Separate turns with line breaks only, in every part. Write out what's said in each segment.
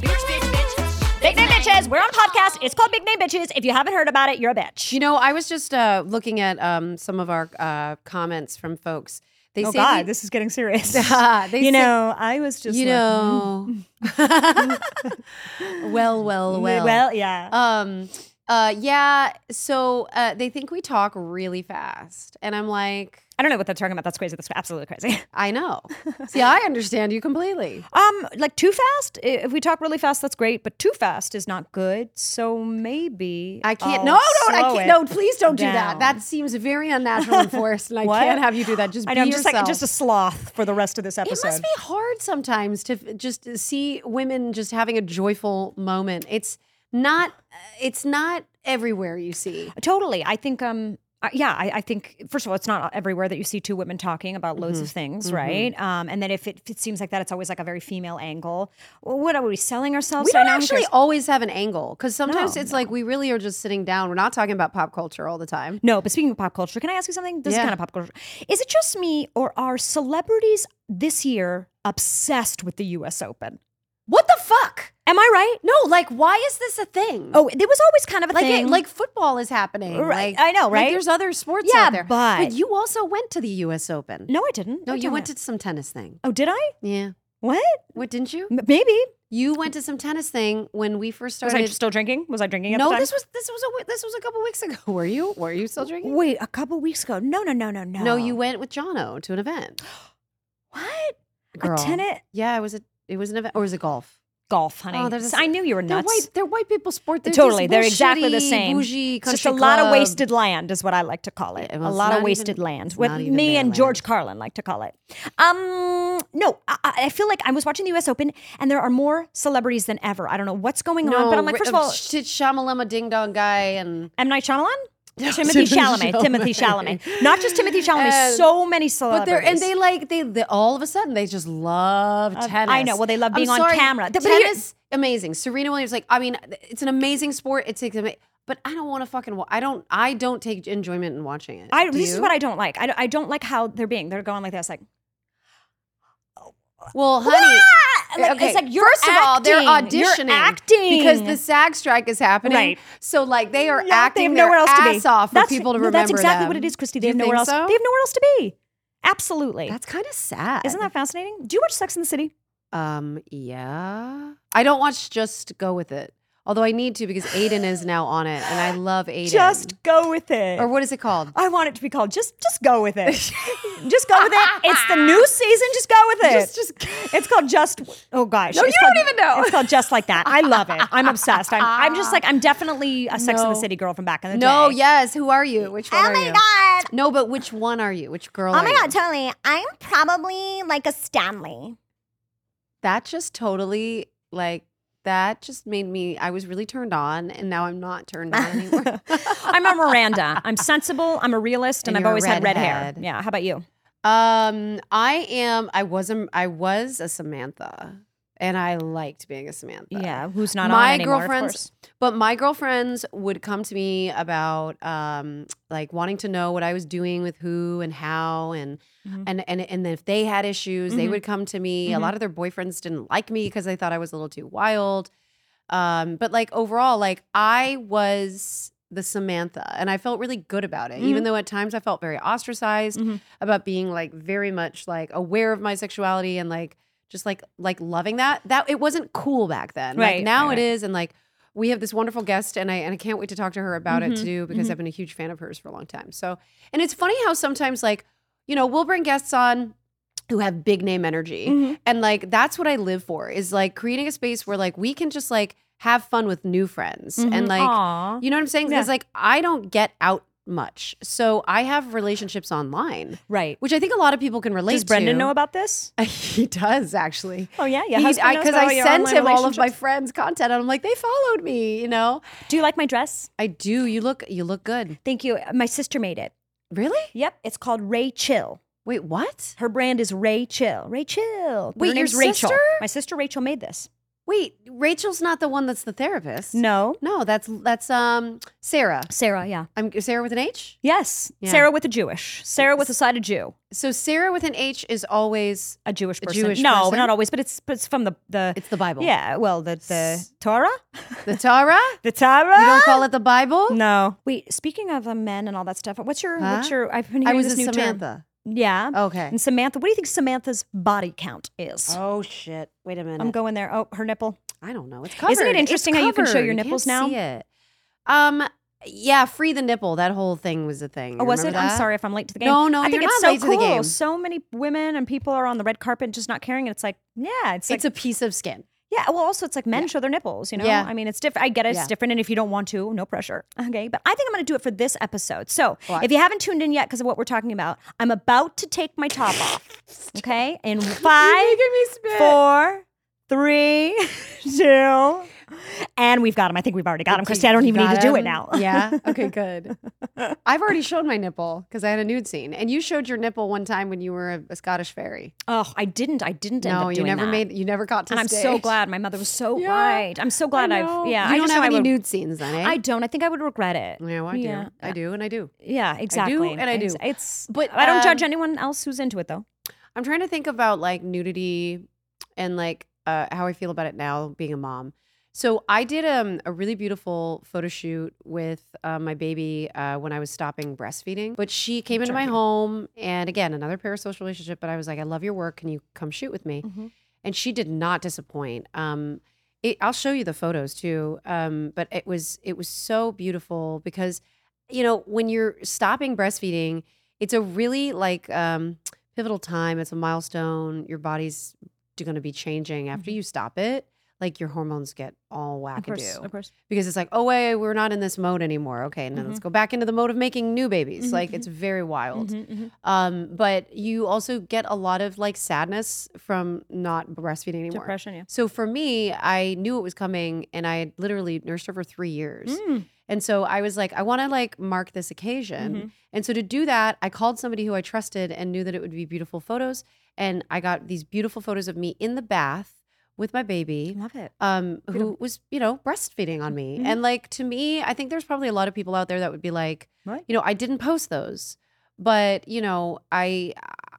Big Name Bitches, we're on podcast. It's called Big Name Bitches. If you haven't heard about it, you're a bitch.
You know, I was just uh, looking at um, some of our uh, comments from folks. They
Oh
say
God,
we-
this is getting serious.
They
you
say-
know, I was just
you
like,
know. well, well,
mm,
well.
well, yeah.
Um. Uh. Yeah. So uh, they think we talk really fast, and I'm like,
I don't know what they're talking about. That's crazy. That's absolutely crazy.
I know. See, I understand you completely.
Um, like too fast. I- If we talk really fast, that's great, but too fast is not good. So maybe
I can't.
I'll
no, no, I
Oh, slow
can't.
it
No, please don't do that.
down.
That seems very unnatural and forced, and I
What?
can't have you do that. Just
I
be
know. I'm just like
yourself.
just a sloth for the rest of this
It
episode.
must be hard sometimes to f- just see women just having a joyful moment. It's not. uh, It's not everywhere you see.
Totally. I think, um, I- yeah, I, I think, first of all, it's not everywhere that you see two women talking about loads
Mm-hmm.
of things, right? Um, and then if it, if it seems like that, it's always like a very female angle. Well, what are we selling ourselves?
We
right
don't
now? Who
actually
cares?
always have an angle because sometimes
No,
it's like we really are just sitting down. We're not talking about pop culture all the time.
No, but speaking of pop culture, can I ask you something? This is
Yeah.
kind of pop culture. Is it just me or are celebrities this year obsessed with the US Open?
What the fuck?
Am I right?
No, like why is this a thing?
Oh, it was always kind of a
like
thing.
it, like football is happening.
Right,
Like,
I know,
like,
right?
there's other sports
Yeah,
out there.
but-
you also went to the U.S. Open.
no, I didn't.
no,
I
you
don't
went
know.
to some tennis thing.
Oh, did I?
Yeah.
What?
What didn't you?
M- Maybe.
You went to some tennis thing when we first
Was
started.
I still drinking? Was I drinking at
no,
the time?
this was this was a wi- this was a couple weeks ago. Were you were you still drinking?
Wait, a couple weeks ago. No, no, no, no, no.
No, you went with Jono to an event.
What?
Girl.
A tenant
Yeah, it was a it was an event or was it golf?
golf, honey.
Oh, they're just-
I knew you were
They're
nuts.
white. They're white people sport. They're
totally,
just
they're exactly the
bullshitty,
same.
Bougie
it's just a
country
lot of
club.
wasted land, is what I like to call it.
Yeah, well,
a
it's
lot
not
of
even-
wasted land.
it's
What
not even
me
their
and
land.
George Carlin like to call it. Um, no, I, I I feel like I was watching the U.S. Open, and there are more celebrities than ever. I don't know what's going on, but I'm like,
ri-
first of all,
sh- Shyamalama ding dong guy and
M Night Shyamalan. Timothy Chalamet, Timothy Chalamet, not just Timothy Chalamet,
And-
so many
But
celebrities.
they're and they like they, they all of a sudden they just love
Of- I
tennis.
know, well, they love
I'm
being on
sorry,
camera. Th- but here-
tennis, amazing. Serena Williams, like I mean, it's an amazing sport. It's ama- but I don't want to fucking. wa- I don't. I don't take enjoyment in watching it.
I,
Do
this is
you?
what I don't like. I, I don't like how they're being. They're going like this, like
Well, honey. eh,
"Wah!" Like, It's like you're
First of all, they're
acting.
auditioning
You're acting
because the SAG strike is happening.
Right.
So, like, they are
Yeah,
acting
have
their
nowhere else
ass
to be.
off for
that's,
people to
no,
remember.
That's exactly what it
them.
is, Christy.
Do
They
you
have nowhere
think
else.
so?
They have nowhere else to be. Absolutely.
That's kind of sad.
Isn't that fascinating? Do you watch Sex in the City?
Um, yeah. I don't watch Just Go With It. Although I need to because Aiden is now on it and I love Aiden.
Just go with it.
Or what is it called?
I want it to be called just just go with it. just go with it. It's the new season. Just go with it.
Just-
it's called just. Oh gosh,
No,
It's
you don't
called-
even know.
It's called just like that. I love it. I'm obsessed. I'm, I'm just like I'm definitely a Sex in the
No.
City girl from back in the
No,
day.
yes. Who are you? Which one
Oh
are
my
you?
god.
No, but which one are you? Which girl
Oh
are
my
you?
god, totally. I'm probably like a Stanley.
that just totally like that just made me I was really turned on and now I'm not turned on anymore.
I'm a Miranda. I'm sensible. I'm a realist, and,
And
I've
you're a
always had red hair.
redhead.
Yeah. How about you?
um I am I was a I was a Samantha and I liked being a Samantha.
Yeah. Who's not
my
on anymore? of course.
girlfriends but my girlfriends would come to me about um like wanting to know what i was doing with who and how and
Mhm.
and and and if they had issues they
Mhm.
would come to me a
Mhm.
lot of their boyfriends didn't like me because they thought i was a little too wild um but like overall like i was the Samantha. And I felt really good about it,
Mm-hmm.
even though at times I felt very ostracized about being like very much like aware of my sexuality and like just like like loving that. That it wasn't cool back then. Like,
Right,
now
right,
it
right.
is, and like we have this wonderful guest, and I and I can't wait to talk to her about
Mm-hmm.
it too because I've been a huge fan of hers for a long time. So, and it's funny how sometimes like you know we'll bring guests on who have big name energy.
Mm-hmm.
And like that's what I live for is like creating a space where like we can just like have fun with new friends and like
Mm-hmm. Aw.
you know what I'm saying? Because
Yeah.
like I don't get out much. So I have relationships online,
Right.
which I think a lot of people can relate
Does Brendan
to.
know about this?
he does actually.
Oh, yeah, your
Because
husband
I,
knows
'cause
about all
I
your
sent
online
him all of my
relationships?
friends' content, and I'm like, they followed me. You know,
Do you like my dress?
I do. You look, you look good.
Thank you. My sister made it.
Really?
Yep. It's called Ray Chill.
Wait, what?
Her brand is Ray Chill. Ray Chill.
Wait,
Her
your
name's Rachel.
sister?
My sister Rachel made this.
Wait, Rachel's not the one that's the therapist.
No.
no, that's that's um Sarah.
Sarah, yeah.
I'm Sarah with an H.
Yes.
Yeah.
Sarah with a Jewish. Sarah with a side of Jew.
So Sarah with an H is always
A Jewish
A
person.
Jewish
no,
person?
not always, but it's but it's from the the
it's the Bible.
Yeah, well, the the
S-
Torah?
the Torah.
The Torah?
You don't call it the Bible.
No. Wait, speaking of uh, men and all that stuff, what's your
Huh?
what's your I've been
I
hearing
was
this
a
new term.
Samantha.
Yeah.
Okay.
And Samantha, what do you think Samantha's body count is?
Oh shit! Wait a minute.
I'm going there. Oh, her nipple.
I don't know. It's covered.
Isn't it
It's
interesting how you can show
covered.
your nipples
can't
now?
See it. Um. Yeah. Free the nipple. That whole thing was a thing.
Oh, was it?
Remember
I'm
that?
sorry if I'm late to the game.
No, no,
I think
you're
it's
not
so
late to the
cool.
game.
So many women and people are on the red carpet just not caring, and it's like, yeah, it's like,
It's a piece of skin.
yeah. Well, also, it's like men show their nipples. You know,
Yeah.
I mean, it's different. I get it,
Yeah.
it's different, and if you don't want to, no pressure. Okay, but I think I'm going to do it for this episode. So, if you haven't tuned in yet because of what we're talking about, I'm about to take my top off. Okay, in five, four, three, two, and we've got them. I think we've already got them, Christy. I don't even need to do it now.
yeah. Okay. Good. I've already shown my nipple because I had a nude scene, and you showed your nipple one time when you were a, a Scottish fairy.
Oh, I didn't. I didn't. end
no,
up
you
doing
never
that.
made. You never got to.
and I'm so
stage.
glad my mother was so
Yeah,
right. I'm so glad
I
I have
know.
yeah.
You
I
don't
just
have
know I
any
would-
nude scenes then, eh?
I don't. I think I would regret it.
No, I do.
Yeah.
I do, and I do.
Yeah, exactly.
and I
It's-
do.
It's
But,
but I don't judge
um,
anyone else who's into it though.
I'm trying to think about like nudity and like uh, how I feel about it now being a mom. So I did um, a really beautiful photo shoot with uh, my baby uh, when I was stopping breastfeeding. But she came into my home, and again, another parasocial relationship. But I was like, I love your work. Can you come shoot with me? And she did not disappoint. Um, it, I'll show you the photos too. Um, but it was it was so beautiful because you know when you're stopping breastfeeding, it's a really like um, pivotal time. It's a milestone. Your body's going to be changing after you stop it. Like your hormones get all
Mm-hmm. Of course,
wackadoo
of course.
because it's like, oh wait, we're not in this mode anymore. Okay, now
Mm-hmm.
let's go back into the mode of making new babies.
Mhm,
Like it's very wild.
Mhm, mhm.
Um, but you also get a lot of like sadness from not breastfeeding anymore.
Depression, yeah.
So for me, I knew it was coming, and I had literally nursed her for three years. And so I was like, I want to like mark this occasion. And so to do that, I called somebody who I trusted and knew that it would be beautiful photos. And I got these beautiful photos of me in the bath with my baby
Love it.
um, who was, you know, breastfeeding on
Mm-hmm.
me. And like to me, I think there's probably a lot of people out there that would be like,
Right.
you know, I didn't post those, but you know, I,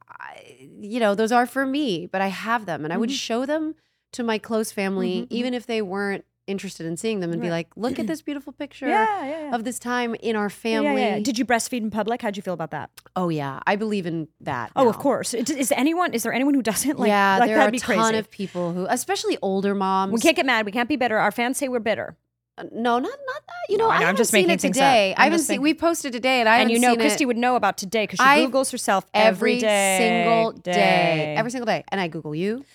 I you know, those are for me, but I have them, and I
Mm-hmm.
would show them to my close family,
Mhm, mhm.
even if they weren't interested in seeing them, and be
Right.
like, look at this beautiful picture.
Yeah, yeah, yeah.
Of this time in our
Yeah,
family.
yeah, yeah. Did you breastfeed in public? How'd you feel about that?
oh yeah, I believe in that.
Oh, of
now.
course. Is, is anyone? Is there anyone who doesn't? Like,
yeah,
like,
there
that'd
are a
be
ton
crazy.
of people who, especially older moms.
We can't get mad. We can't be bitter. Our fans say we're bitter.
Uh, No, not not that. You know,
No, I
I
know, I'm
haven't
just
seen
making
it
things
today.
up.
I
I'm
haven't
just
seen.
making-
We posted today, and I
and
haven't
you know,
seen
Christy
it
would know about today because she
I-
Googles herself
every
every day,
single day,
day.
every single day. And I Google you.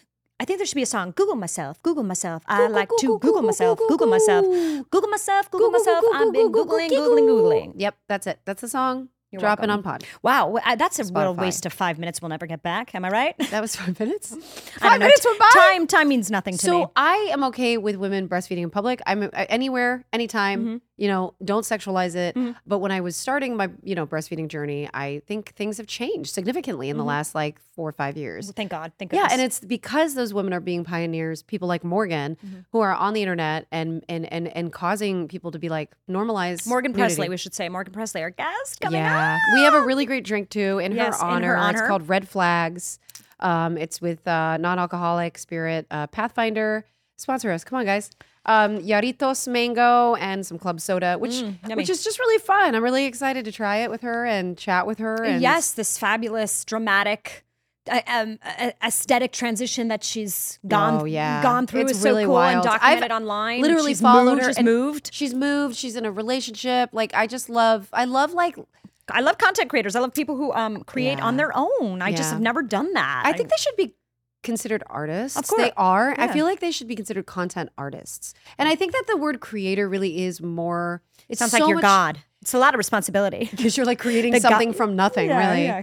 I think there should be a song. Google myself. Google myself. I
Google,
like to
Google,
Google,
Google,
myself.
Google,
Google, myself.
Google.
Google myself. Google myself. I've been googling, googling, googling.
Yep, that's it. That's the song.
You're
Dropping
welcome.
on pod.
Wow, wh- uh, that's a real
Spotify.
waste of five minutes. We'll never get back. Am I right?
That was five minutes.
I
five
don't know.
minutes
T-
went by.
Time, time means nothing to
So
me.
I am okay with women breastfeeding in public. I'm uh, anywhere, anytime.
Mm-hmm.
You know, don't sexualize it. But when I was starting my, you know, breastfeeding journey, I think things have changed significantly in the last like four or five years.
Mm-hmm. Thank God. Thank
Yeah,
goodness.
and it's because those women are being pioneers, people like Morgan,
Mm-hmm.
who are on the internet and and and and causing people to be like normalize
Morgan
nudity.
Presley. We should say Morgan Presley, our guest coming
yeah,
up.
we have a really great drink too in
Yes,
her
in her
honor. It's
honor.
called Red Flags. Um, it's with uh, non-alcoholic spirit uh, Pathfinder. Sponsor us, come on, guys. um, Yaritos mango and some club soda, which
Mm, yummy.
which is just really fun. I'm really excited to try it with her and chat with her. And
yes, this fabulous, dramatic, uh, um, uh, aesthetic transition that she's gone
Oh, yeah.
gone through
It's
is
really
so cool and
wild. I've
documented online.
literally
she's
followed
moved,
her
She's
and-
moved.
she's moved. She's in a relationship. Like I just love. I love like
I love content creators. I love people who um, create on
Yeah.
their own. I just
Yeah.
have never done that.
I think they should be considered artists.
Of course.
They are. I
Yeah.
feel like they should be considered content artists. And I think that the word creator really is more. It
sounds like you're God. It's a lot of responsibility.
Because you're like creating
The go-
something from nothing, really.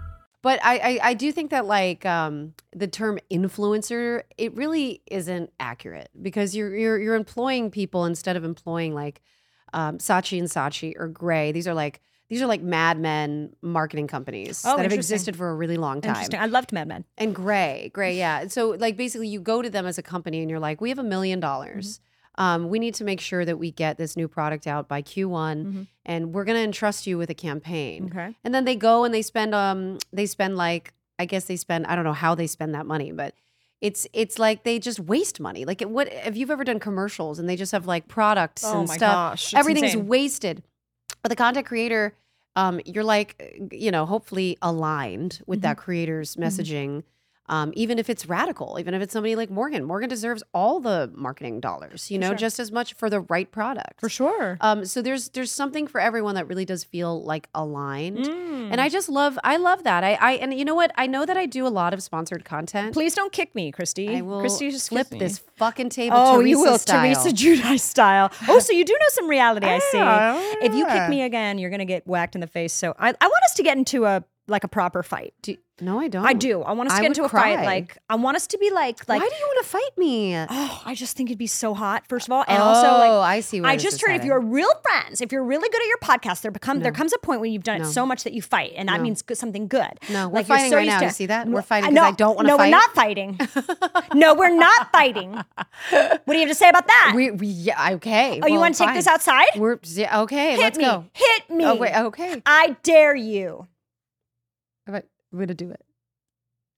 But I, I, I do think that like um, the term influencer, it really isn't accurate because you're you're you're employing people instead of employing like um, Saatchi and Saatchi or Gray. These are like these are like Mad Men marketing companies
Oh,
that have
interesting.
existed for a really long time.
Interesting. I loved Mad Men.
And Gray, Gray, yeah. And so like basically you go to them as a company and you're like, we have a million dollars.
Mm-hmm.
Um, we need to make sure that we get this new product out by Q1, and we're gonna entrust you with a campaign.
Mm-hmm. Okay.
And then they go and they spend um they spend like I guess they spend I don't know how they spend that money, but it's it's like they just waste money. Like it, what if you've ever done commercials and they just have like products
Oh
and
my
stuff.
gosh, it's
Everything's
insane.
wasted. But the content creator, um, you're like you know hopefully aligned with that
Mm-hmm.
creator's messaging. Um, even if it's radical, even if it's somebody like Morgan, Morgan deserves all the marketing dollars, you know, just as much for the right product.
For sure.
Um, so there's there's something for everyone that really does feel like aligned, and
Mm.
I just love I love that. I I and you know what I know that I do a lot of sponsored content.
Please don't kick me, Christy.
I will
Christy, just
flip
kick me.
this fucking table.
Oh,
Teresa
you will,
style.
Teresa Judice style. Oh, so you do know some reality. I see. If you kick me again, you're gonna get whacked in the face. So I, I want us to get into a like a proper fight.
Do- no, I don't.
I do. I want us to
I
get
would
into a fight.
cry.
Like I want us to be like like.
Why do you want to fight me?
Oh, I just think it'd be so hot. First of all, and also like
Oh, I see where
I
this
just
is
heard if
headed.
you're real friends, if you're really good at your podcast, there become there comes a point when you've done it so much that you fight, and that means good, something good.
No, we're
you're
fighting right
used
now.
to-
You see that? We're
No,
fighting 'cause I don't wanna
No,
fight.
we're not fighting. no, we're not fighting. What do you have to say about that?
We, we yeah okay.
Oh, you
well,
wanna take
fine.
this outside?
We're yeah, okay.
Hit
let's
me.
go.
Hit me.
Oh wait, okay.
I dare you.
All right, We're gonna do it.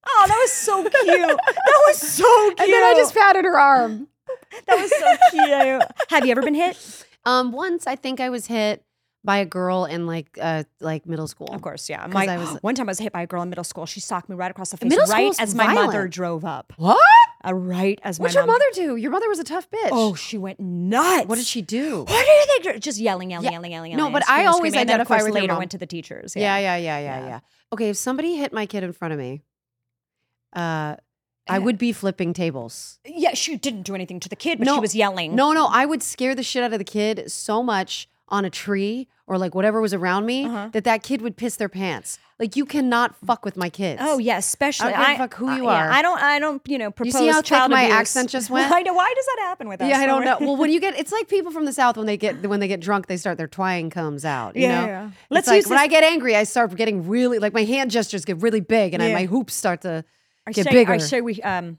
Oh, that was so cute. that was so cute.
And then I just patted her arm.
that was so cute. Have you ever been hit?
Um, once I think I was hit by a girl in like uh like middle school.
Of course, yeah.
'Cause
My,
I was-
one time I was hit by a girl in middle school. She socked me right across the face
Middle
right
school's
as my mother
violent.
drove up.
What?
Uh, right as my
What'd your
mom-
mother do? Your mother was a tough bitch.
Oh, she went nuts.
what did she do?
What do they do? Just yelling, yelling,
Yeah.
yelling, yelling,
No,
yelling.
but I
screaming,
always
screaming. And then, of
identify
course,
with your
later
mom.
went to the teachers.
Yeah, yeah, yeah, yeah,
Yeah.
yeah, Okay, if somebody hit my kid in front of me, uh,
Yeah.
I would be flipping tables.
Yeah, she didn't do anything to the kid, but she
No,
was yelling.
No, no, I would scare the shit out of the kid so much on a tree or like whatever was around me
Uh-huh.
that that kid would piss their pants. Like you cannot fuck with my kids.
Oh yeah, especially
give a fuck who you
yeah,
are.
I don't. I don't. You know, propose.
see how thick
child
my
abuse.
accent just went?
Why, do- why does that happen with us?
Yeah, I don't
when
know.
we're-
Well, when you get, it's like people from the south when they get when they get drunk, they start their twang comes out. You
Yeah,
know?
yeah.
It's
Let's
like,
use
when
this-
I get angry, I start getting really like my hand gestures get really big, and I,
Yeah.
my hoops start to
I
get
say,
bigger.
I say we um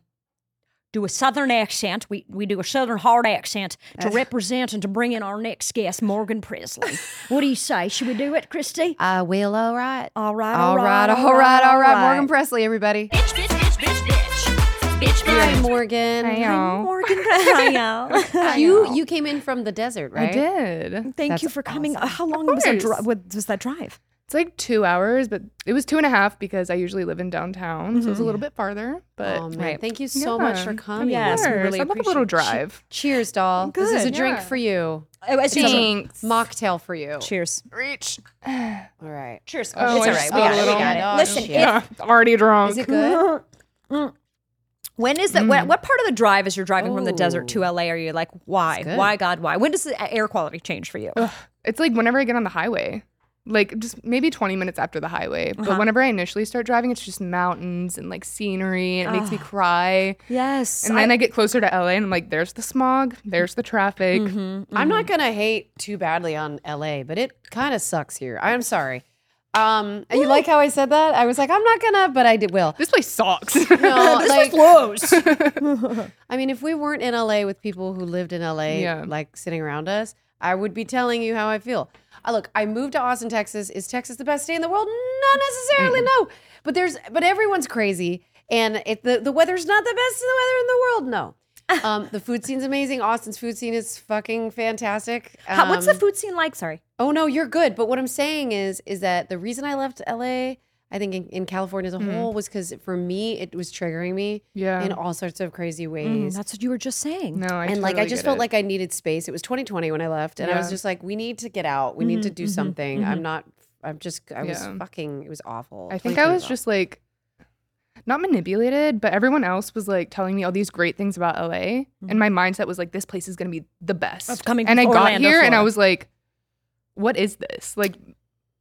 do a southern accent. We we do a southern hard accent to represent and to bring in our next guest, Morgan Presley. what do you say? Should we do it, Christy?
uh, well, all right,
All right,
all right, all right, all right. Morgan Presley, everybody. Bitch, bitch, bitch, bitch, bitch, bitch. Hi, Morgan.
Hi, Morgan Presley.
You you came in from the desert, right?
I did.
Thank
That's
you for coming. Uh, How long was that, dri- was, was that drive?
It's like two hours, but it was two and a half because I usually live in downtown, so it was a little bit farther. But
Oh man, thank you so much for
Yeah.
coming.
Yes, we
Cheers.
really
I love a little drive.
Cheers, doll. this is a drink for you.
It was
Thanks.
Mocktail for you.
Cheers.
All right.
Cheers.
Oh,
it's
I
all right.
just
We
spilled
got
a
it. We
little.
got it.
Oh,
Listen,
shit.
if,
Ah, already drunk.
Is it good?
when is that? What, what part of the drive as you're driving from the desert
Ooh.
to LA are you like, why?
good.
Why, God, why? When does the air quality change for you?
It's like whenever I get on the highway.
like just maybe 20 minutes after the highway.
Uh-huh.
But whenever I initially start driving, it's just mountains and like scenery. And it makes me
Ah.
cry.
Yes.
And then
I-
I get closer to LA and I'm like, there's the smog, there's the traffic.
I'm not gonna hate too badly on LA, but it kind of sucks here. I'm sorry. Um, and you like how I said that? I was like, I'm not gonna, but I did will.
This place sucks.
No,
This
like,
blows.
I mean, if we weren't in LA with people who lived in LA,
Yeah.
like sitting around us, I would be telling you how I feel. I look, I moved to Austin, Texas. Is Texas the best state in the world? Not necessarily, no. But there's, but everyone's crazy, and if the the weather's not the best weather in the world, no. Um, the food scene's amazing. Austin's food scene is fucking fantastic.
How- what's the
Um,
food scene like? Sorry.
Oh no, you're good. But what I'm saying is, is that the reason I left LA, I think in, in California as a
Mm-hmm.
Mhm.
whole, was because for me it was triggering me,
Yeah.
in all sorts of crazy
Mm,
ways.
that's what you were just saying.
No,
and like I just felt like I needed space. It was 2020 when I left, and I was
Yeah.
just like, we need to get out. We need to
Mhm,
do
mhm,
something.
mhm.
I'm not. I'm just. I was
Yeah.
fucking. It was awful.
I think I
2020
was just like not manipulated, but everyone else was like telling me all these great things about LA, and my mindset was like, this place is gonna be the best.
Of coming
and I
from
got
Orlando,
here, and I
Florida.
was like, what is this? Like,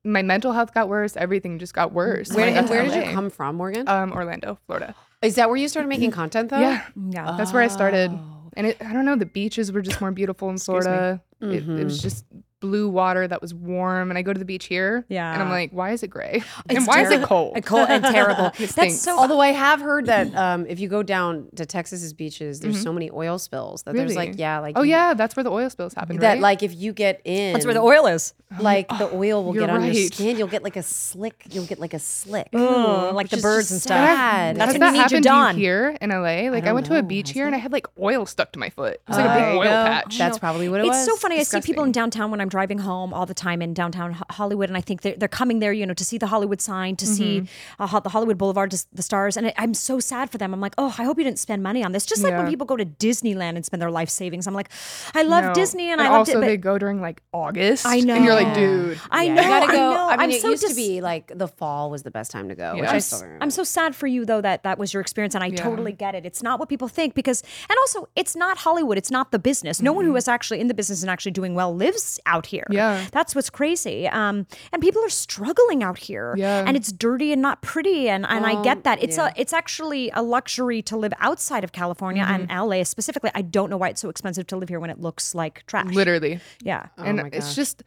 my mental health got worse. Everything just got worse.
Where-
when I got
and
to
where did you
LA.
come from, Morgan?
Um, Orlando, Florida. Mm-hmm.
Is that where you started making content though? Oh.
Yeah,
yeah.
That's where I started, and it, I don't know. The beaches were just more beautiful in Florida. It, it was
Mhm.
just blue water that was warm, and I go to the beach here, and
Yeah.
I'm like, why is it gray?
It's
and why is
terrible.
it cold?
And cold and terrible.
It
That's
stinks.
so. Although I have heard that um, if you go down to Texas's beaches, there's
Mhm.
so many oil spills that there's like
Really?
yeah, like
oh
you-
yeah, that's where the oil spills happen.
that
right?
like if you get in,
That's where the oil Oh,
is.
Like the oil will
you're
get on your
right.
skin. You'll get like a slick. You'll get like a slick.
Ugh, Mm, like
which
the
is
birds
just
and stuff.
sad.
That's
Has
when
that
you need your
happened to you
dawn.
here in LA? Like I,
don't
went to a beach here and I had like oil stuck to my foot. It's like
Oh,
a
there
big
you
oil
go.
patch.
That's probably what it
it's
was.
so funny. I see people in downtown when I'm driving home all the time in downtown Ho- Hollywood, and I think they're, they're coming there, you know, to see the Hollywood sign, to see
Mhm.
Mm-hmm.
uh, ho- the Hollywood Boulevard, to s- the stars. And I, I'm so sad for them. I'm like, oh, I hope you didn't spend money on this. Just like when
Yeah.
people go to Disneyland and spend their life savings. I'm like, I love
No.
Disney, and,
And
I loved it.
also
but-
they go during like August.
I know.
And you're like, dude.
I
Yeah,
know.
You gotta go.
I know.
mean,
am
it
so
used to
dis-
be like the fall was the best time to go.
Yeah.
Which
I'm,
I
s-
still remember.
I'm so sad for you though that that was your experience, and I
Yeah.
totally get it. It's not what people think because, and also, it's not Hollywood. It's not the business. No one who is actually in the business and actually doing well lives out here.
Yeah.
that's what's crazy. Um, and people are struggling out here.
Yeah.
and it's dirty and not pretty, and and I
Well,
get that. It's
yeah.
a it's actually a luxury to live outside of California
Mm-hmm.
and LA specifically. I don't know why it's so expensive to live here when it looks like trash.
Literally. Oh,
Yeah.
and it's just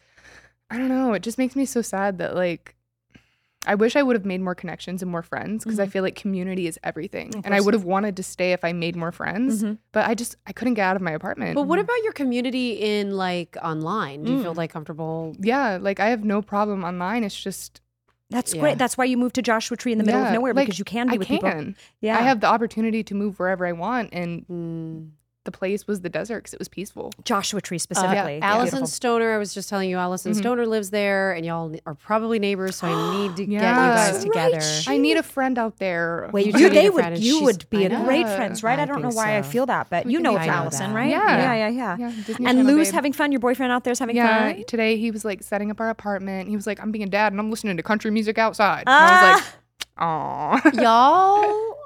I don't know, it just makes me so sad that like I wish I would have made more connections and more friends because I
Mhm.
feel like community is everything.
Of
And I
course.
would have wanted to stay if I made more friends,
Mm-hmm.
Mhm.
but I just I couldn't get out of my apartment.
But what about your community in like online? Do you
Mm.
feel like comfortable?
Yeah, like I have no problem online. It's just
That's
Yeah.
great. That's why you moved to Joshua Tree in the middle of
Yeah,
nowhere
like,
because you can be
I
with people.
can.
Yeah, Mm.
I have the opportunity to move wherever I want, and the place was the desert because it was peaceful.
Joshua Tree
Uh,
specifically. yeah.
Allison Stoner. I was just telling you, Allison
Mhm.
Stoner lives there, and y'all are probably neighbors. So I need to get you
Yeah. That's
guys
right,
together.
I need a friend out there.
Wait,
You
you,
do need
they
a
would
friend, and
you
she's-
would be
I
a
know.
great friends, right? I,
I
don't know
think
why I
so.
feel that, but
We
you
can
know
be
it's
friends.
Allison,
Yeah.
right?
Yeah.
yeah, yeah.
Yeah, Disney
and
Channel,
Lou's
babe.
having fun. Your boyfriend out there's having
yeah,
fun.
today he was like setting up our apartment. He was like, "I'm being a dad and I'm listening to country music outside." And I
Ah!
was like, "Aw."
Y'all,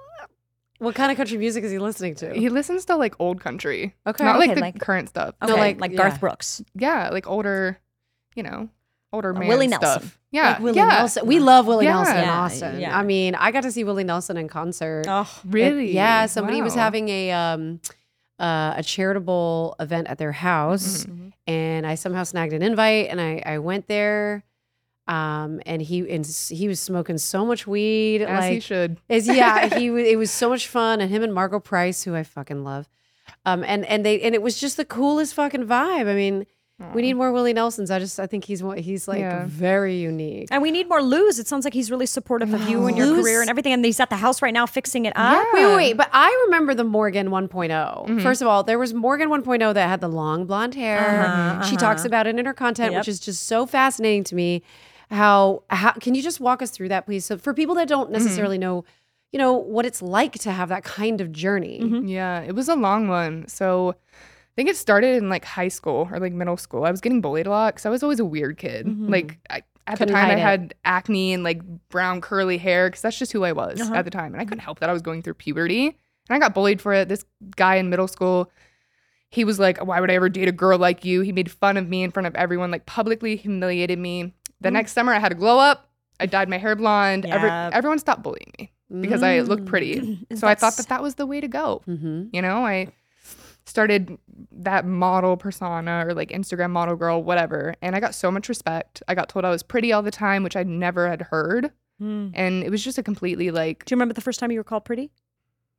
what kind of country music is he listening to?
He listens to like old country.
Okay.
Not like
Okay,
the
like-
current stuff.
No, okay, like- like Garth yeah.
Brooks. Uh,
Yeah, like older, you know, older man
Willie Nelson.
stuff. Yeah.
Like Willie
yeah.
Nelson. We love Willie
Yeah.
Nelson in
Yeah,
Austin.
yeah.
I mean, I got to see Willie Nelson in concert.
Oh,
really?
yeah. Somebody was
Wow.
having a um, uh, a charitable event at their house,
Mm-hmm,
and I somehow snagged an invite, and I I went there. Um, and he and s- he was smoking so much weed,
As
like
he should.
Is yeah, he w- it was so much fun, and him and Margot Price, who I fucking love, um, and and they and it was just the coolest fucking vibe. I mean, we need more Willie Nelsons. I just I think he's one- he's like
Yeah.
very unique.
And we need more Lou's. It sounds like he's really supportive of you and your
Lou's-
career and everything. And he's at the house right now fixing it up.
Wait, wait, wait. But I remember the Morgan 1point
Mm-hmm.
First of all, there was Morgan 1.0 that had the long blonde hair.
Uh-huh,
She
uh-huh.
talks about it in her content,
Yep.
which is just so fascinating to me. How, how can you just walk us through that, please? So for people that
Mm-hmm.
don't necessarily know, you know what it's like to have that kind of journey.
Mm-hmm. Yeah, it was a long one. So I think it started in like high school or like middle school. I was getting bullied a lot because I was always a weird kid.
Mhm.
Like I, at
Couldn't
the time, I
hide it.
had acne and like brown curly hair because that's just who I was
Uh-huh.
at the time, and I couldn't help that I was going through puberty and I got bullied for it. This guy in middle school. He was like, Why would I ever date a girl like you? He made fun of me in front of everyone, like publicly humiliated me. The
Mm.
next summer, I had a glow up. I dyed my hair blonde. Every,
Yep. Mm.
everyone stopped bullying me because I looked pretty. so I
That's-
thought
Mm-hmm.
that that was the way to go. You know, I started that model persona or like Instagram model girl, whatever. And I got so much respect. I got told I was pretty all the time, which I never had heard.
Mm.
And it was just a completely like.
Do you remember the first time you were called pretty?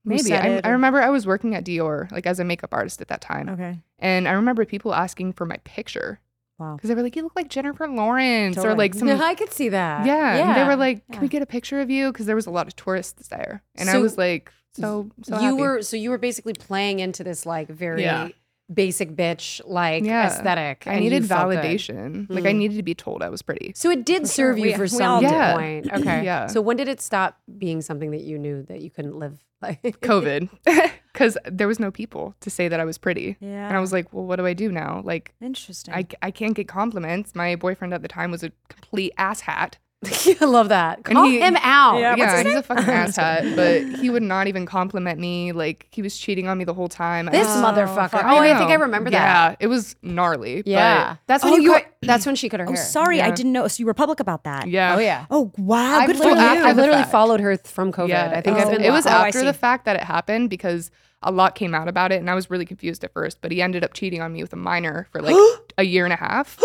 Who
Maybe.
said
I,
it
I
or-
remember I was working at Dior, like as a makeup artist at that time.
Okay.
And I remember people asking for my picture.
Wow.
Because they were like, you look like Jennifer Lawrence or
Totally.
like some.
No, I could see that.
Yeah. And they
Yeah.
were like, can we get a picture of you? Because there was a lot of tourists there. And I
So
was like, so, so
you
happy.
were so you were basically playing into this like very
Yeah.
basic bitch like
Yeah.
aesthetic.
I
and you
needed
felt good.
validation. Like I
Mm.
needed to be told I was pretty.
So it did serve you
We-
for
we
some
all did.
point.
Yeah.
Okay.
Yeah.
So when did it stop being something that you knew that you couldn't live like
COVID because there was no people to say that I was pretty. And
Yeah.
I was like, well, what do I do now? Like,
interesting.
I, I can't get compliments. My boyfriend at the time was a complete asshat.
I love that. Call him out.
Yeah,
What's his
he's a
name?
fucking
I'm just
asshat,
kidding.
but he would not even compliment me. Like, he was cheating on me the whole time. I
This
was-
motherfucker. Oh, I think I
know.
remember
Yeah,
that.
it was gnarly.
Yeah.
But
That's when
Oh,
you, cut, that's when she cut her
Oh,
hair.
sorry, I didn't know. So you were public about that.
Yeah.
Oh yeah.
Oh wow.
I've
Good for
literally,
you.
I've literally followed her th- from COVID.
Yeah,
I think I've been
it was
oh, I
after
see.
the fact that it happened because a lot came out about it, and I was really confused at first. But he ended up cheating on me with a minor for like a year and a half,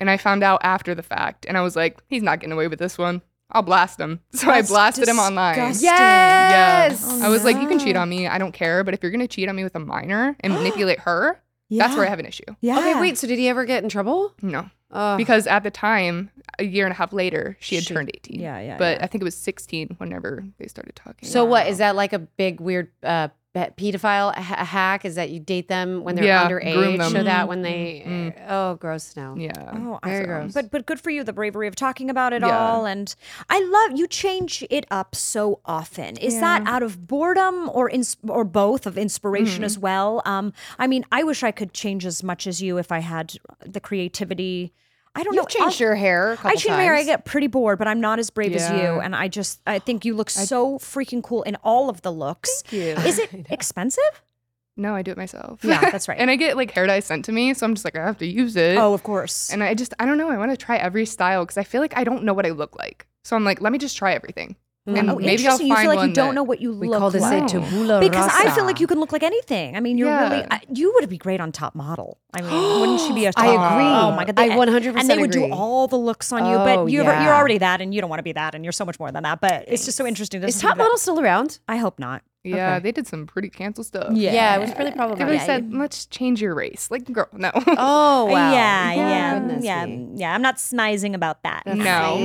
and I found out after the fact, and I was like, he's not getting away with this one. I'll blast him. So
That's
I blasted him online.
disgusting.
Yeah.
Yes! Oh,
I was like, you can cheat
no.
on me. I don't care. But if you're going to cheat on me with a minor and manipulate her, that's where I have an issue.
Okay, wait. So did he ever get in trouble?
No.
Ugh.
because at the time, a year and a half later, she had
She-
turned 18.
yeah, yeah,
But I think it was 16 whenever they started talking.
So what is that like a big weird uh, pe- pedophile ha- hack? Is that you date them when they're
Yeah, groom
underage,
them.
so that
Mhm.
when they oh gross no
yeah
Oh, I-
very gross.
But but good for you, the bravery of talking about it
Yeah.
all, and I love you change it up so often. Is that
Yeah.
out of boredom or ins- or both of inspiration
Mm-hmm.
as well? Um, I mean, I wish I could change as much as you if I had the creativity. I don't
You've
know.
changed your hair a
I
couple
change my hair. I
times.
get pretty bored, but I'm not as brave as you.
Yeah.
And I just I think you look so freaking cool in all of the looks. Is it expensive?
No, I do it myself.
Yeah, that's right.
and I get like hair dye sent to me, so I'm just like, I have to use it.
Oh, of course.
And I just, I don't know. I want to try every style because I feel like I don't know what I look like. So I'm like, let me just try everything,
Mm.
and
oh,
maybe I'll find
interesting. you feel like
one
you don't
that-
know what you
We
look
call this a
like.
tabula
because I
rasa.
feel like you can look like anything. I mean, you're
Yeah.
really I, you would be great on Top Model. I mean, wouldn't she be a top
I
model?
agree.
Oh my god,
I
they-
100%
And they would do
agree.
all the looks on you,
Oh,
but you're
yeah.
you're already that, and you don't want to be that, and you're so much more than that. But it's just so interesting. to
Is
see
Top
that-
Model still around?
I hope not.
Yeah,
Okay.
they did some pretty cancel stuff.
Yeah. Yeah, it was pretty
They
problematic.
really
Yeah,
said, let's change your race. Like, girl, no.
Oh wow.
Yeah,
Oh,
yeah,
goodness
yeah,
me.
yeah. I'm not snizing about that.
No.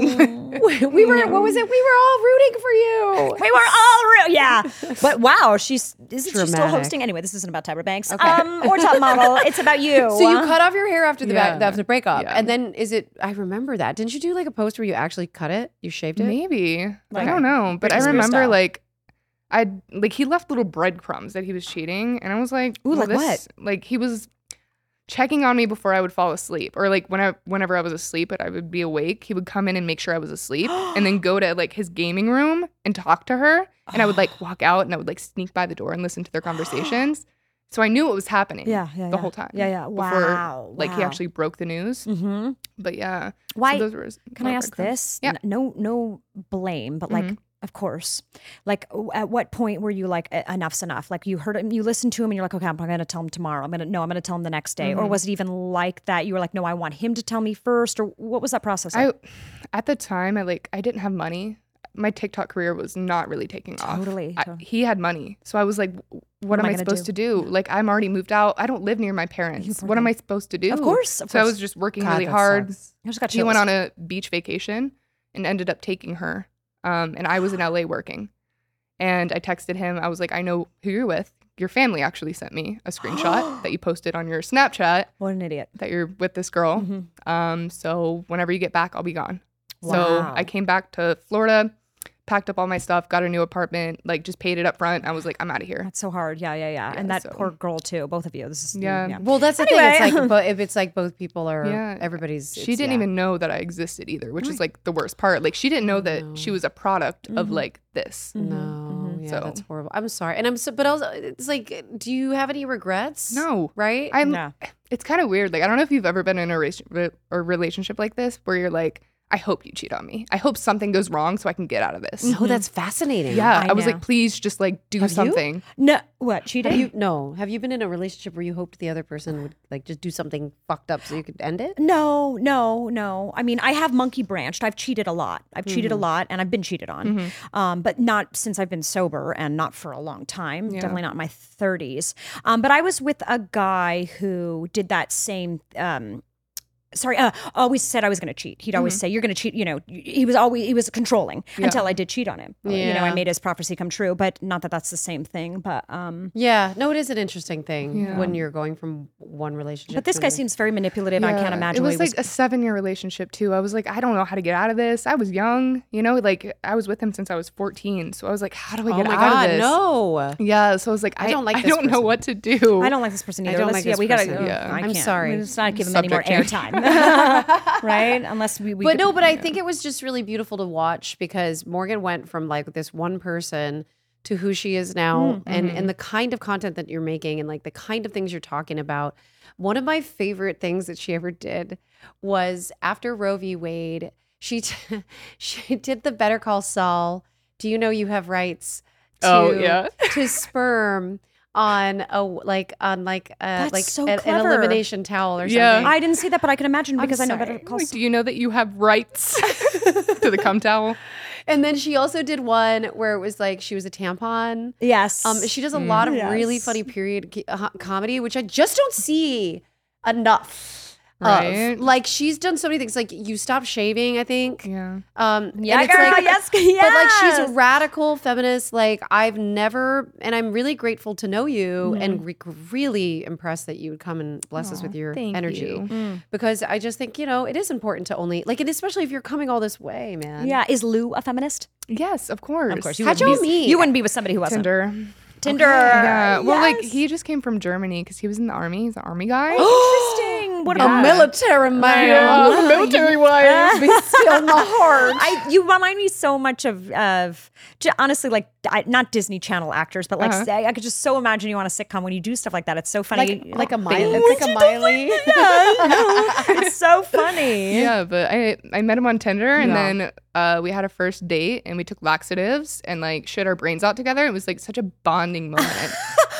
we were what was it? We were all rooting for you.
We were all real, yeah. But wow, she's isn't she still
Dramatic.
hosting? Anyway, this isn't about Tyra Banks um, or top model. It's about you. Uh-huh.
So you cut off your hair after the ba-
Yeah.
after the breakup, and then is it? I remember that. Didn't you do like a post where you actually cut it? You shaved it?
Maybe
Like
I don't know, but
Britney
I
Spears
remember
style.
like I like he left little breadcrumbs that he was cheating, and I was like,
Ooh,
well,
like
this-
what?
Like he was checking on me before I would fall asleep, or like when I whenever I was asleep, but I would be awake, he would come in and make sure I was asleep, and then go to like his gaming room and talk to her, and I would like walk out and I would like sneak by the door and listen to their conversations. So I knew what was happening.
Yeah, yeah,
the
yeah.
whole time.
Yeah, yeah.
Before,
Wow,
Like he
wow.
actually broke the news.
Mm-hmm.
But yeah. so
Why?
those were his-
can I
my
ask
breadcrumbs.
this? N- No, no blame, but like,
Mhm.
of course. Like, w- at what point were you like, "E- enough's enough? Like, you heard him, you listened to him, and you're like, okay, I'm going to tell him tomorrow. I'm going to no, I'm going to tell him the next day. Or
Mhm.
was it even like that? You were like, no, I want him to tell me first. Or what was that process?
I
like?
at the time I like I didn't have money. My TikTok career was not really taking off.
Totally,
I-
totally.
he had money. So I was like, what, am I,
gonna
supposed to do? Like I'm already moved out. I don't live near my parents. What am I supposed to do?
Of course, of
so I
course.
was just working
God,
really
that
hard.
sucks. I just got
he went
chills.
on a beach vacation and ended up taking her. Um, and I was in LA working. And I texted him. I was like, I know who you're with. Your family actually sent me a screenshot that you posted on your Snapchat.
What an idiot.
That you're with this girl.
Mm-hmm.
Um, so whenever you get back, I'll be gone. So
Wow.
I came back to Florida, packed up all my stuff, got a new apartment, like just paid it up front. I was like, I'm out of here.
That's so hard. Yeah, yeah, yeah. and that poor girl too. Both of you. This is
Yeah.
Well, that's the
Anyway.
thing. It's like, but if it's like both people are,
Yeah.
everybody's.
She
it's-
didn't
yeah. Mm.
even know that I existed either, which is like the worst part. Like she didn't know that she was a product of
Mhm.
like this. Mm-hmm.
No, Mm-hmm. yeah,
So-
that's horrible. I'm sorry, and I'm so, but also, it's like, do you have any regrets?
No.
right?
I'm it's kind of weird. Like I don't know if you've ever been in a, race, re- a relationship like this where you're like, I hope you cheat on me. I hope something goes wrong so I can get out of this.
No, that's fascinating.
Mm-hmm. Yeah,
I
I, was
know.
like, please just like do
Have you?
something.
No, what cheating?
Have you, no, have you been in a relationship where you hoped the other person would like just do something fucked up so you could end it?
No, no, no. I mean, I have monkey branched. I've cheated a lot. I've cheated a
Mm-hmm.
Mhm.
lot, and I've been cheated on,
Mhm.
um, but not since I've been sober, and not for a long time.
Yeah.
Definitely not in my thirties. Um, but I was with a guy who did that same. Um, Sorry, uh, always said I was going to cheat. He'd always
Mhm.
say, "You're going to cheat." You know, he was always he was controlling
Yeah.
until I did cheat on him. Uh, You know, I
Yeah.
made his prophecy come true, but not that that's the same thing. But um,
Yeah, no, it is an interesting thing
Yeah.
when you're going from one relationship.
but this
to
guy
another.
seems very manipulative. I
Yeah,
can't imagine.
It
what
was
he
like a seven year relationship too. I was like, I don't know how to get out of this. I was young, you know, like I was with him since I was 14. So I was like, how do I
Oh
get
my
out
God,
of this?
no.
Yeah. So I was like, I,
I don't like
I
this
don't know what to do.
I don't like this person
I
either.
don't
Let's-
like
yeah,
this
we gotta.
person.
Yeah.
I
I'm
can't.
sorry.
Let's not give him any more
Subject
airtime, right? Unless we. we
but
could-
no, but I think it was just really beautiful to watch because Morgan went from like this one person to who she is now
Mm.
and
mm-hmm.
Mhm.
and the kind of content that you're making and like the kind of things you're talking about. One of my favorite things that she ever did was after Roe v. Wade, she t- she did the Better Call Saul. Do you know you have rights? To,
Oh, yeah.
to sperm on a like on like uh
That's
like
so
a- an
clever.
elimination towel or something.
Yeah.
I didn't see that, but I can imagine
I'm
because I know better.
sorry.
Call
Like, do you know that you have rights to the cum towel?
And then she also did one where it was like she was a tampon.
Yes.
Um, she does a
Mm.
lot of really
Yes.
funny period co- uh, comedy, which I just don't see enough. of.
Right.
Like she's done so many things. Like you stop shaving, I think.
Yeah.
Um,
Yeah,
and it's
girl,
like-
yes,
But like she's
yes.
a radical feminist. Like I've never, and I'm really grateful to know you, and re- really impressed that you would come and bless us
Aw,
with your
thank
energy.
you.
Because I just think you know it is important to only like, and especially if you're coming all this way, man.
Yeah, is Lou a feminist?
Yes, of course.
Of course. You
How'd
wouldn't
y'all
be-
meet?
You wouldn't be with somebody who wasn't.
Tinder.
Tinder.
Yeah. Well, like
yes.
he just came from Germany because he was in the army. He's an army guy.
Interesting. What
A
about
military man.
Yeah, military wise.
Be still my heart.
I you remind me so much of of j- honestly like I, not Disney Channel actors, but like
Uh-huh.
I, I could just so imagine you on a sitcom when you do stuff like that. It's so funny,
Like, like a
Bam.
Miley. It's like a Miley.
it's so funny.
Yeah, but I I met him on Tinder and
Yeah.
then uh, we had a first date and we took laxatives and like shit our brains out together. It was like such a bonding moment.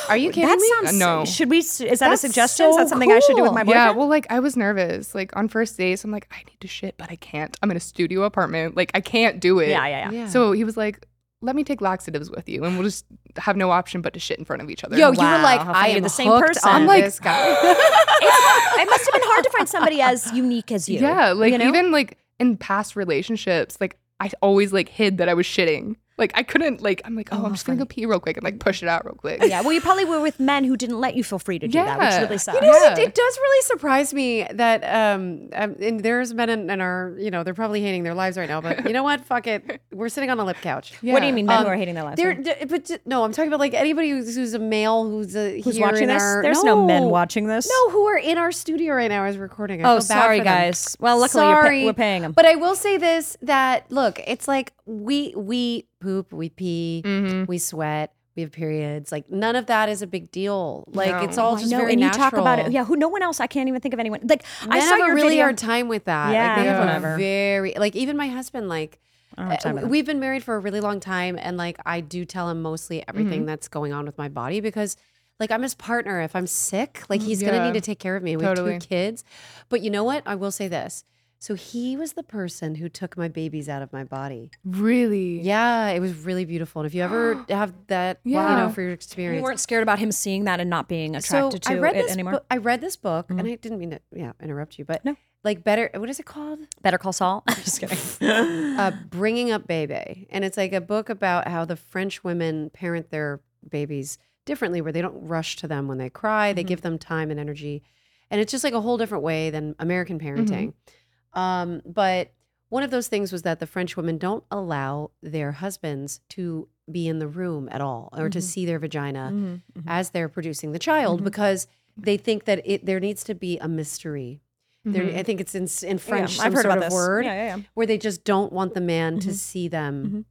Are you kidding
that
me?
sounds.
Uh, no.
Should we? Is that
That's
a suggestion? is
so
that something I should do with my
cool.
boyfriend?
yeah, well, like I was nervous. Like on first dates, I'm like, I need to shit, but I can't. I'm in a studio apartment. Like I can't do it.
yeah, yeah, yeah.
Yeah.
So he was like, let me take laxatives with you and we'll just have no option but to shit in front of each other.
Yo, you
Wow,
were like,
how
I
funny,
am
the same
hooked
person.
On
I'm like-
this guy.
It's- it must have been hard to find somebody as unique as you.
Yeah, like
you know?
even like in past relationships, like I always like hid that I was shitting. Like I couldn't like I'm like, oh, I'm just gonna go pee real quick and like push it out real quick.
Yeah, well, you probably were with men who didn't let you feel free to do that,
Yeah.
which really
You
sucks.
you know,
Yeah.
it, it does really surprise me that um, um and there's men in, in our, you know, they're probably hating their lives right now, but you know what? Fuck it. We're sitting on a lip couch.
What do you mean men who
Um,
are hating their lives?
There, d- but d- no, I'm talking about like anybody who's, who's a male who's a,
Who's
here
watching
in
this?
Our,
There's no. men watching this.
No, who are in our studio right now is recording. I
Oh,
feel bad
sorry,
for them.
guys. Well, luckily you're pa-
Sorry.
we're paying 'em.
But I will say this: that look, it's like we we poop, we pee,
Mm-hmm.
Mhm.
we sweat, we have periods. Like none of that is a big deal. Like
No.
it's all
I
just
know,
very
and
natural.
you talk about it. Yeah, who? No one else. I can't even think of anyone. Like
Men
I saw
have
your
a really
video.
hard time with that.
Yeah,
like, they have
whatever.
a very like even my husband like. uh,
I don't have time for that.
We've been married for a really long time, and like I do tell him mostly everything
Mm-hmm.
that's going on with my body because, like, I'm his partner. If I'm sick, like
Mm,
he's
Yeah.
gonna need to take care of me. We
Totally.
have two kids, but you know what? I will say this. So he was the person who took my babies out of my body.
Really?
Yeah, it was really beautiful. And if you ever have that, you
Yeah.
know, for your
you
experience,
weren't scared about him seeing that and not being attracted
so
to
I read
it
this
anymore. Mm-hmm.
book- I read this book, and I didn't mean to, yeah, interrupt you, but no. like better. What is it called?
Better Call Saul. I'm just kidding.
uh, Bringing Up Bebe. And it's like a book about how the French women parent their babies differently, where they don't rush to them when they cry, they
Mm-hmm.
give them time and energy. And it's just like a whole different way than American parenting.
Mm-hmm.
Um, but one of those things was that the French women don't allow their husbands to be in the room at all or
Mm-hmm.
to see their vagina as they're producing the child because they think that it there needs to be a mystery. There, I think it's in, in French
Mm-hmm. I've
some
heard
sort
about
of
this.
word
Yeah, yeah, Mm-hmm. yeah.
where they just don't want the man to see them.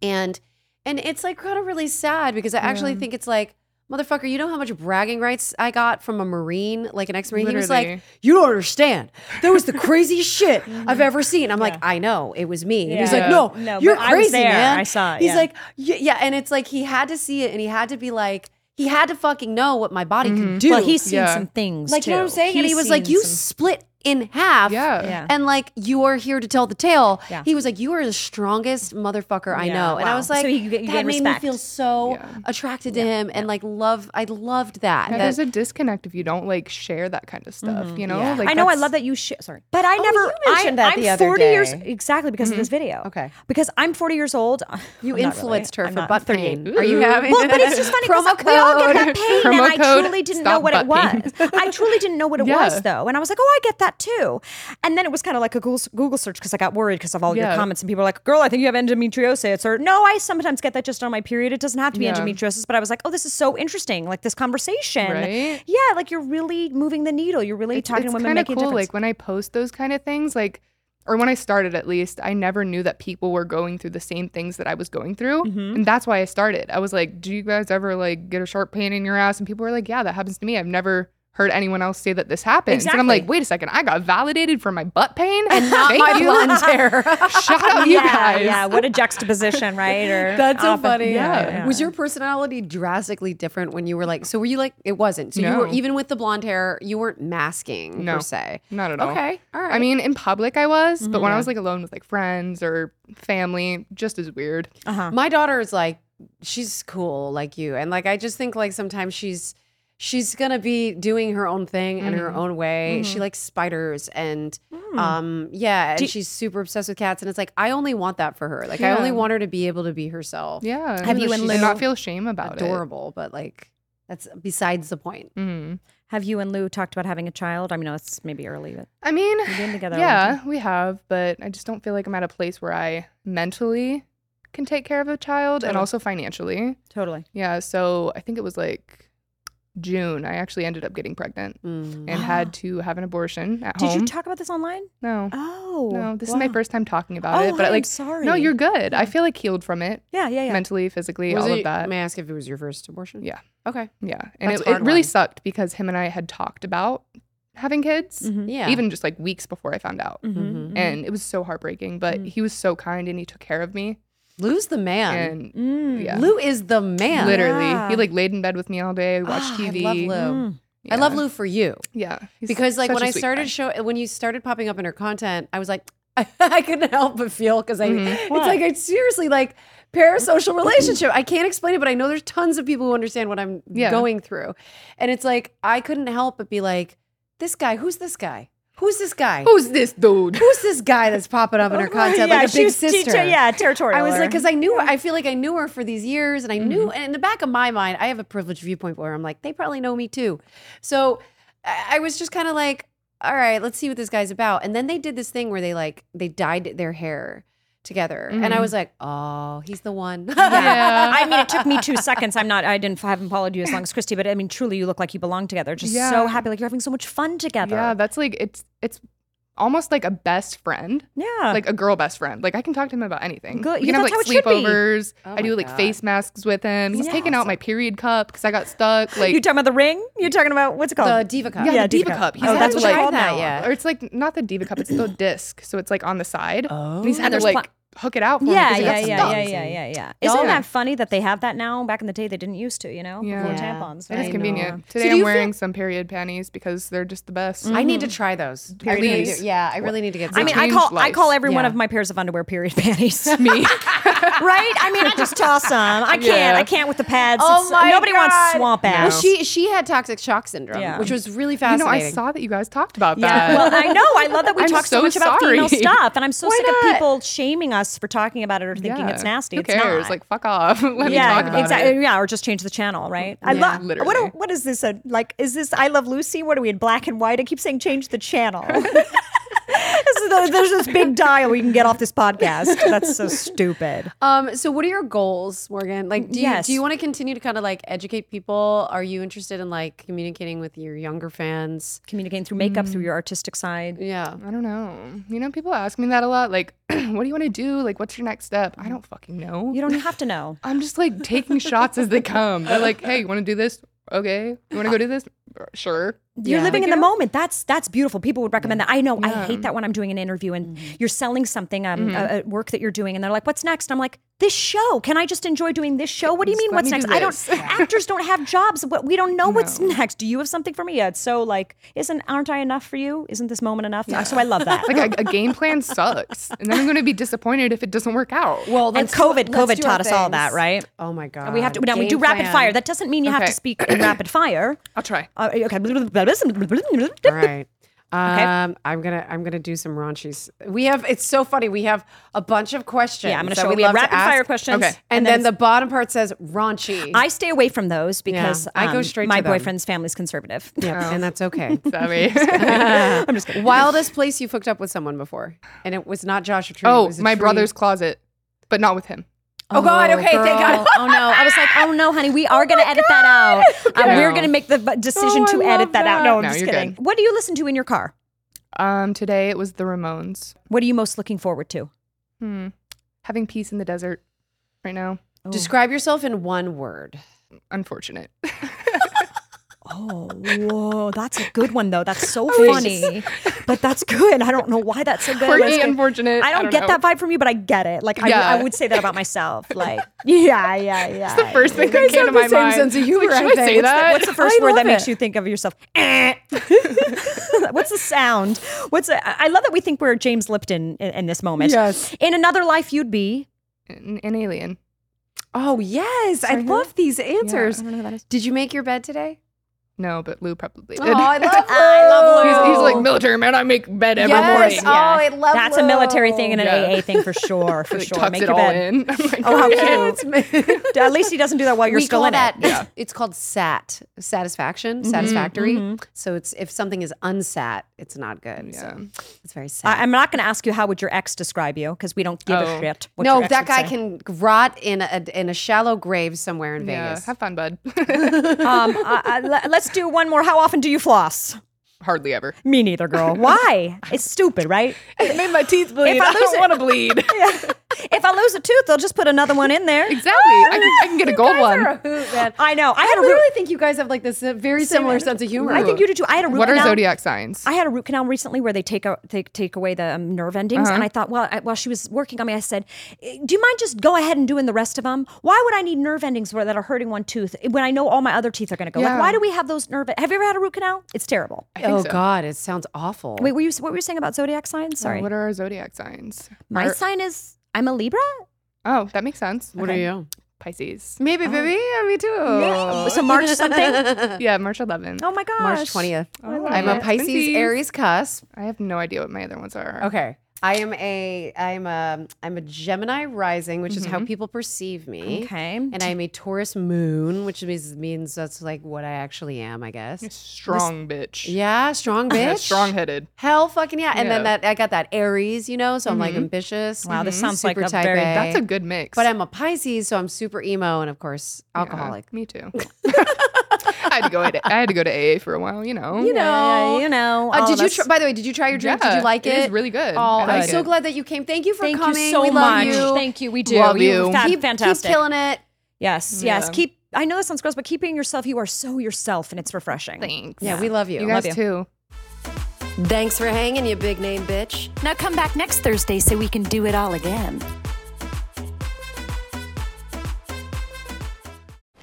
And and it's like kind of really sad because I actually think it's like motherfucker, you know how much bragging rights I got from a Marine, like an ex Marine? He was like,
Literally.
you don't understand. That was the craziest shit I've ever seen. I'm like, I know, it was me. And he's like,
Yeah.
no,
No,
you're
but I was
crazy,
there.
man.
I saw it,
He's
yeah.
like, "Y- yeah. And it's like, he had to see it and he had to be like, he had to fucking know what my body could do.
Mm-hmm. Well, he's seen Yeah. some things,
Like, you know what I'm
too.
saying? and
He's
he was like,
seen
you
some-
split in half.
Yeah.
And like, you are here to tell the tale.
Yeah.
He was like, you are the strongest motherfucker I
Yeah,
know. And I
wow.
was like,
So you get- you
that
gain
made me
respect.
feel so attracted to him and like love. I loved that.
Yeah,
That-
there's a disconnect if you don't like share that kind of stuff.
Mm-hmm.
You know, like
I know I
that's-
love that you sh- sorry, but
Oh,
I never
you mentioned
I,
that
am
the other
40 years
day.
exactly because
Mhm.
of this video.
Mm-hmm. Okay,
because I'm 40 years old.
You
I'm not
influenced her
I'm
for
not-
butt
I'm
pain.
38.
Are you having-
well? But it's just funny because
Promo
we all get that
code.
pain,
Promo
and I
code,
truly didn't know
stop
what it
butt
was.
pain.
I truly didn't know what it
Yeah.
was though, and I was like, oh, I get that too. And then it was kind of like a Google Google search because I got worried because of all
Yeah.
your comments and people are like, girl, I think you have endometriosis, or no, I sometimes get that just on my period. It doesn't have to be
Yeah.
endometriosis, but I was like, oh, this is so interesting, like this conversation.
Right?
Yeah, like you're really moving the needle. You're really talking to women,
kinda
making a difference.
Like when I post those kind of things, like or when I started at least, I never knew that people were going through the same things that I was going through,
Mhm.
and that's why I started. I was like, "Do you guys ever like get a sharp pain in your ass?" And people were like, "Yeah, that happens to me. I've never." Heard anyone else say that this happens, and I'm like,
Exactly.
wait a second, I got validated for my butt pain
And not
Thank
my
you.
blonde hair.
Shout out, you
yeah,
guys.
yeah. What a juxtaposition, right? Or
That's so
oppo-
funny.
Yeah,
Was your personality drastically different when you were like, so were you like, it wasn't. So you were,
No.
even with the blonde hair, you weren't masking
no,
per se.
Not at all.
Okay. All right.
I mean, in public, I was, but
Mhm.
when
Yeah.
I was like alone with like friends or family, just as weird.
My daughter is like, she's cool like you. And like, I just think like sometimes she's, she's gonna be doing her own thing in her
Mhm.
own way.
Mhm.
She likes spiders and,
Mm.
um, yeah, and
Do-
she's super obsessed with cats. And it's like, I only want that for her. Like, I
Yeah.
only want her to be able to be herself.
Yeah. Have
Even though
you and
she's
Lou not feel shame about
adorable, but like, that's besides the point.
Have you and Lou talked about having a child? I mean, no, it's maybe early, but
it. I mean,
you've been together. a long
yeah,
time.
we have, but I just don't feel like I'm at a place where I mentally can take care of a child and
Totally.
also financially.
totally.
Yeah. So I think it was like June. I actually ended up getting pregnant
Mm.
and had to have an abortion at
Did
home.
you talk about this online?
no.
Oh,
No, this is my
wow.
first time talking about
Oh,
it, but
hi, I'm
like,
sorry.
no, you're good. I feel like healed from it.
Yeah, yeah, Oh, yeah.
Mentally, physically,
Was
all
it-
of that.
May I ask if it was your first abortion?
Yeah.
Okay.
Yeah. And it,
That's a
it
hard
really
one.
sucked because him and I had talked about having kids,
Mm-hmm. Yeah.
Mm-hmm. even just like weeks before I found out.
Mhm.
And it was so heartbreaking, but
Mhm.
he was so kind and he took care of me.
Lou's the man.
And yeah.
Lou is the man.
literally,
Mm. Yeah.
he like laid in bed with me all day, we watched
Ah, I
TV.
love Lou. Mm. I
Yeah.
love Lou for you.
Yeah. he's
because like
such
when
a
I
sweet
started
guy.
show when you started popping up in her content, I was like, I, couldn't help but feel because I
Mhm.
it's like I seriously like parasocial relationship. I can't explain it, but I know there's tons of people who understand what I'm
Yeah.
going through. And it's like I couldn't help but be like, this guy, who's this guy? Who's this guy?
Who's this dude?
Who's this guy that's popping up in her content
Yeah,
like a big
she's- she-
sister?
yeah, territorial
I was
or-
like, because I knew, I feel like I knew her for these years, and I knew,
Mm-hmm.
and in the back of my mind, I have a privileged viewpoint where I'm like, they probably know me too. So I, I was just kind of like, all right, let's see what this guy's about. And then they did this thing where they like they dyed their hair together, and I
Mhm.
Mm-hmm.
was like, oh, he's the one.
Yeah. I mean, it took me two seconds. I'm not. I didn't. I haven't followed you as long as Christy, but I mean, truly, you look like you belong together. Just so
Yeah.
happy, like you're having so much fun together.
Yeah, that's like it's it's almost like a best friend.
Yeah.
Like a girl best friend. Like I can talk to him about anything.
Good.
We
Yeah,
can have
that's
like
how it should be.
sleepovers.
Oh
I do
my
like
God.
face masks with him. He's
Yeah.
taking out my period cup because I got stuck. Like
you talking about the ring? You're talking about what's it called?
The diva cup.
yeah, the diva, cup. He's
oh,
had
that's
to,
what I
like-
called that.
Or it's like not the diva cup. It's the disc. So it's like on the side.
Oh.
And he's had to
There's
like
pla-
hook it out for
Yeah,
him. 'cause it
yeah,
got
yeah,
stuck.
yeah, yeah, yeah, yeah. Isn't
Yeah.
that funny that they have that now? Back in the day, they didn't used to. You know,
Yeah.
before tampons.
It is
right?
convenient.
So
Today
do
I'm
you feel- Mm.
wearing some period panties because they're just the best.
I need to try those. I really need to- yeah, I really need to get.
I
Some.
mean, I call I call every one
Yeah.
of my pairs of underwear period panties.
Me, right?
I mean, I just toss them. I can't.
Yeah.
I can't with the pads.
Oh
It's-
my
nobody
God.
wants swamp ass.
Well, she she had toxic shock syndrome,
Yeah.
which was really
You know,
fascinating.
I saw that you guys talked about that.
Yeah, well, I know. I love that we
I'm
talk so,
so
much about female
sorry.
stuff, and I'm so
Why
sick
not?
of people shaming us for talking about it or thinking
Yeah.
it's nasty.
Who
it's
cares?
not.
Like, fuck off. Let me
yeah,
talk about
exactly.
it.
Yeah, or just change the channel, right? I
Yeah.
love.
Literally.
What, do- what is this? A, like, is this I Love Lucy? What are we in black and white? I keep saying change the channel. This is the- there's this big dial we can get off this podcast. That's so stupid.
Um, so what are your goals, Morgan? Like, do you,
Yes.
do you want to continue to kind of like educate people? Are you interested in like communicating with your younger fans?
Communicating through makeup,
Mm.
through your artistic side.
Yeah.
I don't know. You know, people ask me that a lot. Like, what do you want to do? Like, what's your next step? I don't fucking know.
You don't have to know.
I'm just like taking shots as they come. They're like, hey, you want to do this? Okay. You want to go do this? Sure.
You're
Yeah.
living
Like,
in
you
the
know?
moment. That's that's beautiful. People would recommend that. I know. I hate
Yeah. Mm-hmm.
that when I'm doing an interview and you're selling something, um,
Mhm.
a, a work that you're doing, and they're like, "What's next?" I'm like, "This show. Can I just enjoy doing this show? What do you
Just
mean?
let me
What's next?
do
I don't.
this."
actors don't have jobs. What we don't know what's next. Do you have something for me? Yeah. It's so like, isn't aren't I enough for you? Isn't this moment enough? So I love that.
Like, a, a game plan sucks. And then I'm going to be disappointed if it doesn't work out. Well,
and COVID, COVID taught us all that, right?
Oh my god.
And we have to now we do rapid fire. That doesn't mean you have
Okay.
to speak in rapid fire.
I'll try.
Uh, okay.
All right. Um, I'm gonna I'm gonna do some raunchies. We have it's so funny. We have a bunch of questions.
Yeah, I'm gonna
that
show-
we
we have
love to
rapid fire
ask.
questions, Okay.
and,
and then
then, the
it's-
bottom part says raunchy.
I stay away from those because
I go
um,
straight
My
to them.
boyfriend's family's conservative.
yeah, and that's okay.
Sorry.
I'm just kidding. Wildest place you hooked up with someone before, and it was not Joshua Tree. it
Oh,
was a
my
tree.
brother's closet, but not with him.
Oh, God. Okay, thank God.
girl. oh no, I was like, oh no, honey, we are gonna edit that out. Uh,
Okay.
We're
No.
gonna make the bu- decision
Oh, I
to edit
love
that, out.
that.
No, I'm
No,
just
you're
kidding.
good.
What do you listen to in your car?
Um, today it was the Ramones.
What are you most looking forward to?
Hmm. Having peace in the desert right now.
Describe yourself in one word.
Unfortunate.
Oh, whoa, that's a good one though. That's so
was
funny, but that's good. I don't know why that's so good.
Quirky,
That's good.
unfortunate,
I
I
don't,
don't
get
know.
that vibe from you, but I get it. Like
Yeah.
I, I would say that about myself. Like yeah, yeah, yeah. It's
the first thing that came to my mind. It's like, should I say
what's
that?
The, what's the first
I
word
love
that makes
it.
you think of yourself? Eh. what's the sound? What's the, I I love that we think we're James Lipton in, in this moment.
Yes.
In another life, you'd be.
an, an alien.
Oh yes, I love these answers.
I don't know who that is.
Did you make your bed today?
No, but Lou probably
Oh,
did.
I love I love
he's,
Lou.
he's like military man. I make bed every
Yes.
morning.
Oh, I love
That's a military thing and an
Yeah.
AA thing for sure. For
Like,
sure.
tucks
Make
it
your
all
bed.
in. I'm like,
Oh, how
"Yeah."
cute. At least he doesn't do that while Oh, you're
we
still
call
in
that
it.
it's, it's called sat satisfaction satisfactory so it's if something is unsat it's not good so it's very sad
I, am not going to ask you how would your ex describe you because we don't give a
Oh.
shit. what your
no
ex
that
would
guy
say.
can rot in a in a shallow grave somewhere in
Yeah,
vegas
have fun, bud.
Um, I, I- le- let's do one more. How often do you floss?
Hardly ever.
Me neither, girl. Why? It's stupid, right?
It made my teeth bleed.
I
I,
lose
don't
it-
want to bleed.
If I lose a tooth, they'll just put another one in there.
Exactly. I can, I can get a gold one.
I know. I
I
had a root.
really think you guys have like this uh, very similar sense of humor.
I think you do too. I had a root
What are
canal.
zodiac signs?
I had a root canal recently where they take out take take away the um, nerve endings,
Uh-huh.
and I thought, well, I, while she was working on me, I said, "Eh, "Do you mind just go ahead and doing the rest of them? Why would I need nerve endings where that are hurting one tooth when I know all my other teeth are going to go? Like,
Yeah.
why do we have those nerve? e-, Have you ever had a root canal? It's terrible.
I think
Oh
so.
God, it sounds awful.
Wait, were you what were you saying about zodiac signs? Sorry,
What are our zodiac signs?
my
Or-
sign is I'm a Libra.
Oh, that makes sense.
what
Okay.
are you?
Pisces.
Maybe, baby. Yeah, me too.
Oh.
Oh, So March something.
Yeah, March 11th.
Oh my gosh,
March twentieth.
Oh,
I'm a
yeah.
Pisces,
Twinsies.
Aries cusp.
I have no idea what my other ones are.
Okay. I am a I'm a I'm a Gemini rising, which is how people perceive me.
Mm-hmm. Okay.
And I'm a Taurus moon, which means means that's like what I actually am, I guess.
Strong bitch.
Yeah, strong bitch.
Yeah, strong headed.
Hell fucking yeah. And then
Yeah.
that I got that Aries, you know, so I'm like ambitious.
Mm-hmm.
Mm-hmm.
Wow, this sounds like
super
a
type
very-
That's a good mix.
But I'm a Pisces, so I'm super emo and of course
Yeah,
alcoholic.
Uh-huh. me too. I had to go. To, I had to go to AA for a while. You know.
You know,
Yeah, you know. Oh, all
Uh, did
of
you?
us-
Tr- by the way, did you try your drink? did
Yeah,
you like it?
it is really good.
Oh,
I
I'm
like
so
it.
glad that you came. Thank you for
Thank
coming.
you so
we
much.
love You.
Thank you. We do.
Love you.
Fa-
keep,
fantastic.
Keep killing it.
Yes, yes.
Yeah.
Keep. I know that sounds gross, but keep being yourself. You are so yourself, and it's refreshing.
Thanks.
Yeah, we love you.
You guys
you.
too.
Thanks for hanging, you big name bitch.
Now come back next Thursday so we can do it all again.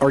Our